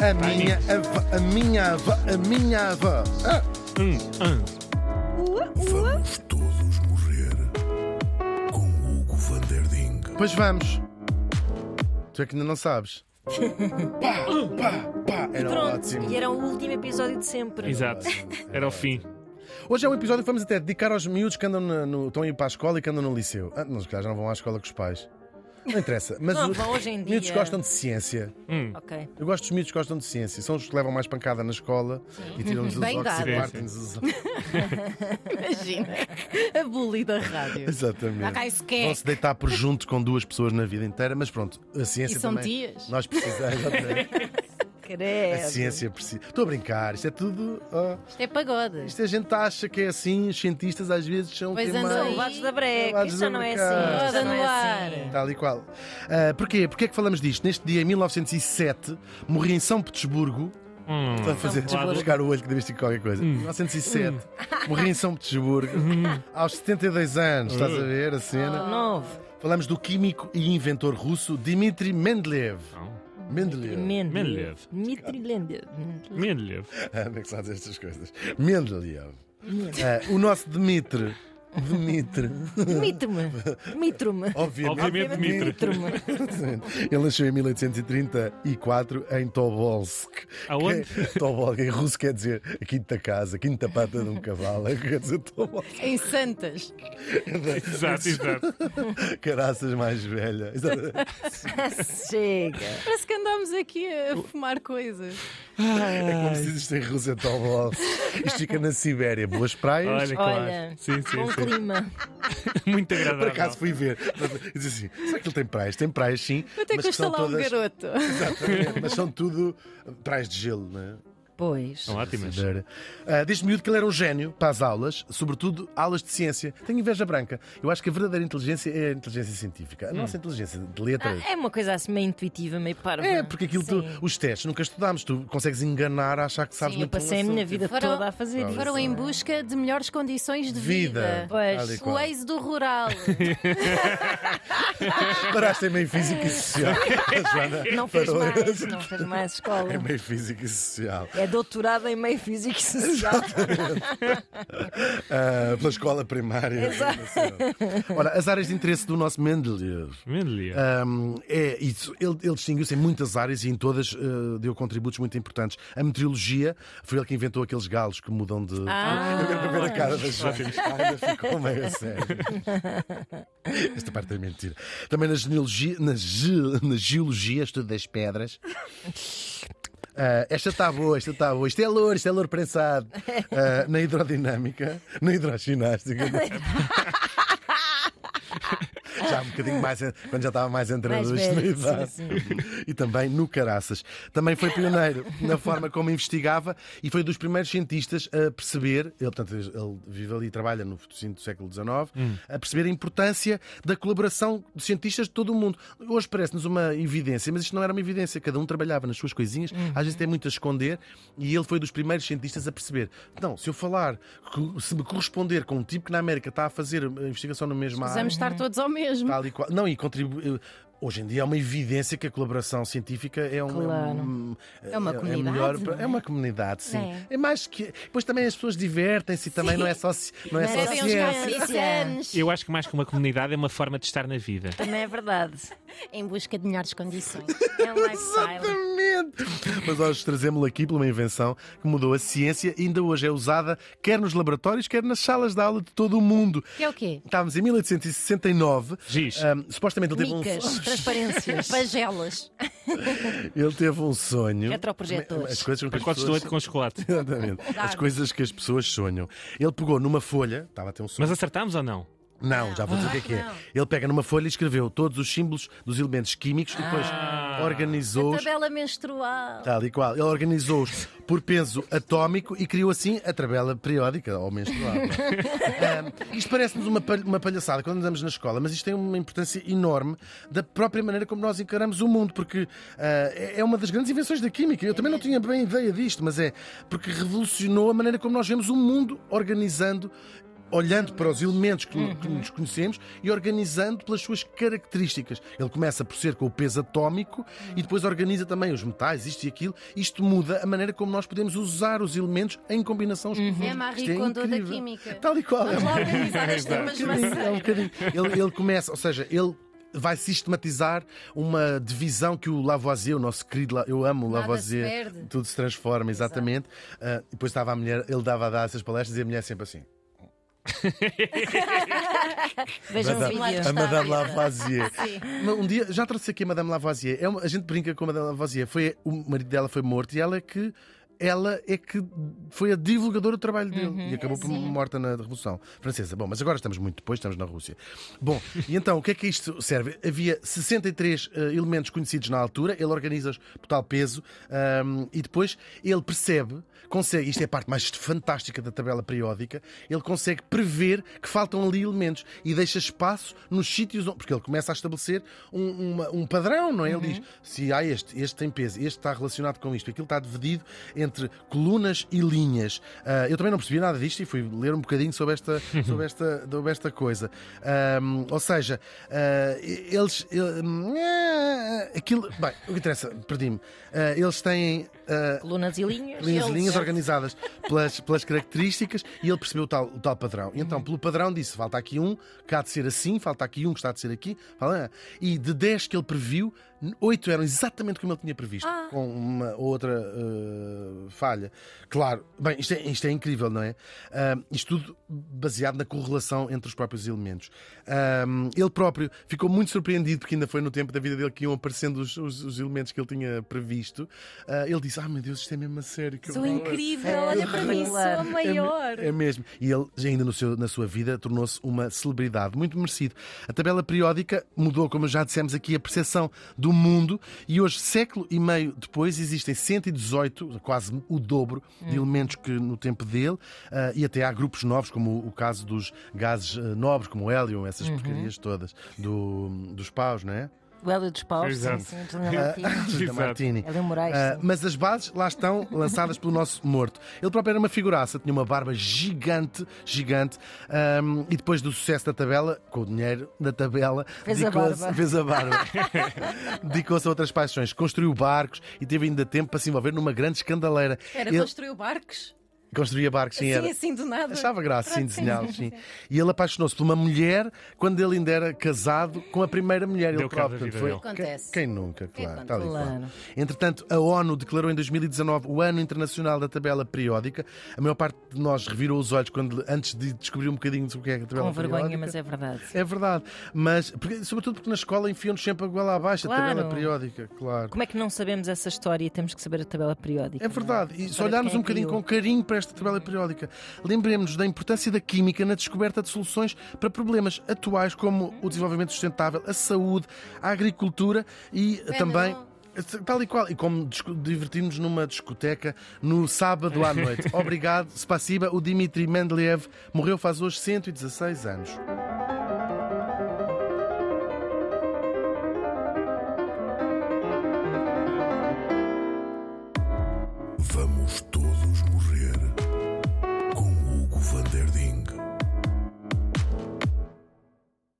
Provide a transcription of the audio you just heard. A minha avó, a minha avó, a minha avó. Ah, Hum, ah, Vamos todos morrer com Hugo Van Der Ding. Ah, pois vamos. Tu é que ainda não sabes. Pá, pá, pá. Era Pronto, ótimo. e era o último episódio de sempre. Exato. Era o fim. Hoje é um episódio que vamos até dedicar aos miúdos que andam no, no- estão a ir para a escola e que andam no liceu. Ah, mas os caras não vão à escola com os pais. Não interessa. Mas Não os vão hoje em dia. miúdos gostam de ciência. Ok. Eu gosto dos miúdos que gostam de ciência. São os que levam mais pancada na escola e tiram-lhes os Bem óculos dado. e partem-lhes os óculos. Imagina. A bully da rádio. Exatamente. Ah, cá isso que é. Vão-se deitar por junto com duas pessoas na vida inteira, mas pronto, a ciência E são também. tias. Nós precisamos. exatamente. É. a Credo. ciência precisa. Estou a brincar, isto é tudo. ó, Isto é pagode. Isto a gente acha que é assim, os cientistas às vezes são Pois quem andam mais- aí. Levados da breca. Levados Isto da já não é assim. breca. isto já Roda não no é ar. assim. Tal e qual. Ah, porquê? Porquê é que falamos disto? Neste dia, em 1907, morri em São Petersburgo. Hum, Estou a fazer Petersburgo. buscar o olho que deveste qualquer coisa. 1907, Hum. morri em São Petersburgo, aos 72 anos, estás a ver a Ah. cena? Novo. Falamos do químico e inventor russo Dmitri Mendeleev. Mendeleev. Mendeleev. Mendeleev. Dmitry Lendev. Mendeleev. Ah, Como é que se faz estas coisas? Mendeleev. Ah, o nosso Dmitri. Dmitri. Dmitro-me. Dmitro-me. Obviamente, Dmitri. Dmitro-me. Exatamente. Ele nasceu em 1834 em Tobolsk. Aonde? Que- Tobolsk, em russo quer dizer a quinta casa, a quinta pata de um cavalo. é o que Quer dizer Tobolsk. Em Santas. Exato, exato. Caraças mais velha. é Exato. Chega. Parece que andámos aqui a fumar coisas. é Como se diz isto em russo é Tobolsk. Isto fica na Sibéria. Boas praias. Olha, Olha. claro. Sim, sim, Bom sim. clima. Muito Por agradável. acaso fui ver. Eu disse assim: será que ele tem praias? Tem praias, sim. Quanto é que mas que custa são lá um todas. garoto? Exatamente, mas são tudo praias de gelo, não é? Pois. São ótimas. Era. Ah, Diz-me miúdo que ele era um gênio para as aulas, sobretudo aulas de ciência. Tenho inveja branca. Eu acho que a verdadeira inteligência é a inteligência científica. A nossa inteligência de letras. Ah, é uma coisa assim meio intuitiva, meio parva. É, porque aquilo tu- Ah, Sim. os testes nunca estudámos, tu consegues enganar a achar que sabes Sim, muito eu Passei a um minha assunto. vida Foram- toda a fazer isso. Foram em busca de melhores condições de Vida. vida. Pois. Tal e qual. O êxodo rural. Paraste em meio físico e social. Joana, É. Não fez parou. mais, não fez mais escola. Em meio físico e social. É doutorado em meio físico e social. Ah, pela escola primária. Exato. Ora, as áreas de interesse do nosso Mendeleev. Mendeleev. Hum, é isso. Ele, ele distinguiu-se em muitas áreas e em todas eh, deu contributos muito importantes. A meteorologia foi ele que inventou aqueles galos que mudam de. Ah. Eu quero para ver a cara da Joana. Ainda ficou meio a sério. Esta parte é mentira. Também na genealogia, na, ge- na geologia, estudo das pedras. Ah, esta está boa, esta está boa. Isto é louro, isto é louro prensado. Ah, na hidrodinâmica, na hidroginástica. já um bocadinho mais, quando já estava mais entre é? Mais a dois, velho, na idade. sim, E também no Caraças. Também foi pioneiro na forma como investigava e foi dos primeiros cientistas a perceber, ele, portanto, ele vive ali e trabalha no fotossíntese do século XIX, a perceber a importância da colaboração de cientistas de todo o mundo. Hoje parece-nos uma evidência, mas isto não era uma evidência. Cada um trabalhava nas suas coisinhas, às vezes tem muito a esconder, e ele foi dos primeiros cientistas a perceber. Não, se eu falar, co- se me corresponder com um tipo que na América está a fazer a investigação na mesma área. Precisamos estar todos ao mesmo. Tal e qual. Não, e contribui. Hoje em dia é uma evidência que a colaboração científica é um. Claro. É, um- É uma comunidade, melhor não para- é? é uma comunidade, sim. É. É, mais que. Depois também as pessoas divertem-se e também não é só, ci- não é só Bebem uns ciência. cafés Eu acho que mais que uma comunidade é uma forma de estar na vida. Também é verdade. em busca de melhores condições. É um lifestyle. Exatamente! Mas hoje trazemos-lo aqui por uma invenção que mudou a ciência e ainda hoje é usada quer nos laboratórios, quer nas salas de aula de todo o mundo. Que é o quê? Estávamos em 1869. Giz. ahm, supostamente ele teve um. Micas, transparências, Pagelas. Ele teve um sonho. Retroprojetores. As coisas com que as Pacotes de pessoas- leite com chocolate. Exatamente. As coisas que as pessoas sonham. Ele pegou numa folha, estava a ter um sonho. Mas acertámos ou não? Não, já vou dizer o que é que é. Ele pega numa folha e escreveu todos os símbolos dos elementos químicos e depois organizou-os. Tabela menstrual. Tal e qual. Ele organizou-os por peso atómico e criou assim a tabela periódica, ou menstrual. um, isto parece-nos uma, palha- uma palhaçada quando andamos na escola, mas isto tem uma importância enorme da própria maneira como nós encaramos o mundo, porque ah, é é uma das grandes invenções da química. Eu também não tinha bem ideia disto, mas é porque revolucionou a maneira como nós vemos o mundo organizando olhando para os elementos que, que nos conhecemos e organizando pelas suas características. Ele começa por ser com o peso atómico e depois organiza também os metais, isto e aquilo. Isto muda a maneira como nós podemos usar os elementos em combinação os É a Marie Kondo da química. Tal e qual. Vamos é lá um- organizar as tuas bocadinho, é um maçãs. bocadinho. Ele, ele começa, ou seja, ele vai sistematizar uma divisão que o Lavoisier, o nosso querido, La- eu amo o Nada se Lavoisier, perde. tudo se transforma, exatamente. Ah, depois estava a mulher, ele dava a dar essas palestras e a mulher sempre assim. Vejam o Madame- vídeo. a Madame Está a Lavoisier. Não, Um dia, já trouxe aqui a Madame Lavoisier. É uma- a gente brinca com a Madame Lavoisier. Foi, o marido dela foi morto e ela é que. Ela é que foi a divulgadora do trabalho dele Uhum. e acabou por morta na Revolução Francesa. Bom, mas agora estamos muito depois, estamos na Rússia. Bom, e então o que é que isto serve? Havia 63 eh, elementos conhecidos na altura, ele organiza-os por tal peso ahm, e depois ele percebe, consegue, isto é a parte mais fantástica da tabela periódica, ele consegue prever que faltam ali elementos e deixa espaço nos sítios onde. Porque ele começa a estabelecer um, uma- um padrão, não é? Ele diz: se há este, este tem peso, este está relacionado com isto, aquilo está dividido entre colunas e linhas. Ah, eu também não percebi nada disto e fui ler um bocadinho sobre esta, sobre esta, sobre esta coisa. Ahm, ou seja, ah, eles. ele- ah, aquilo. Bem, o que interessa, perdi-me. Ah, eles têm. ah, Colunas e linhas. é linhas, Eles- linhas organizadas pelas, pelas características e ele percebeu o tal, o tal padrão. E então, pelo padrão, disse: falta aqui um que há de ser assim, falta aqui um que está de ser aqui. fala, ah. E de 10 que ele previu, 8 eram exatamente como ele tinha previsto, com uma ou outra eh, falha. Claro, bem, isto é, isto é incrível, não é? Ah, isto tudo baseado na correlação entre os próprios elementos. Ah, ele próprio ficou muito surpreendido porque ainda foi no tempo da vida dele que iam aparecendo os, os- os elementos que ele tinha previsto. Ah, ele disse: Ah, meu Deus, isto é mesmo a sério. que Sou horror." incrível, olha para mim, sou a É me- maior. É, mesmo. E ele, ainda no seu- na sua vida, tornou-se uma celebridade. Muito merecido. A tabela periódica mudou, como já dissemos aqui, a percepção do mundo. E hoje, século e meio depois, existem 118, quase o dobro, de elementos que no tempo dele. ah, e até há grupos novos, como o, o caso dos gases ah, nobres, como o hélio, essas porcarias todas, do- dos paus, não é? O Hélio dos Paus. Exato. Sim, um sim, António Ah, Martins. da Exato. Martini. Hélio Moraes. Ah, sim. mas as bases lá estão lançadas pelo nosso morto. Ele próprio era uma figuraça, tinha uma barba gigante, gigante, ahm, e depois do sucesso da tabela, com o dinheiro da tabela, Fez a dedicou-se- barba. fez a barba. dedicou-se a outras paixões, construiu barcos e teve ainda tempo para se envolver numa grande escandaleira. Era Ele construiu barcos? construía barcos, sim, Assim, era. assim, do nada. Achava graça, sim, Pronto, desenhá-lo, sim. E ele apaixonou-se por uma mulher quando ele ainda era casado com a primeira mulher. Deu ele cabo próprio. da vida Foi- dele. Acontece. Quem nunca, claro. Quem tal e conta? qual. Claro. Entretanto, a ONU declarou em 2019 o Ano Internacional da Tabela Periódica. A maior parte de nós revirou os olhos quando, antes de descobrir um bocadinho sobre o que é que a tabela Com vergonha, periódica. mas é verdade. É verdade, mas porque- sobretudo porque na escola enfiam-nos sempre a goela abaixo a Claro. tabela periódica, claro. Como é que não sabemos essa história e temos que saber a tabela periódica? É verdade. não E é? se História de olharmos quem um a bocadinho criou. com carinho para esta tabela periódica, lembremos-nos da importância da química na descoberta de soluções para problemas atuais como o desenvolvimento sustentável, a saúde, a agricultura e eh, também. não. Tal e qual. E como disco- divertimos numa discoteca no sábado à noite. Obrigado, Spassiba. O Dmitry Mendeleev morreu faz hoje 116 anos.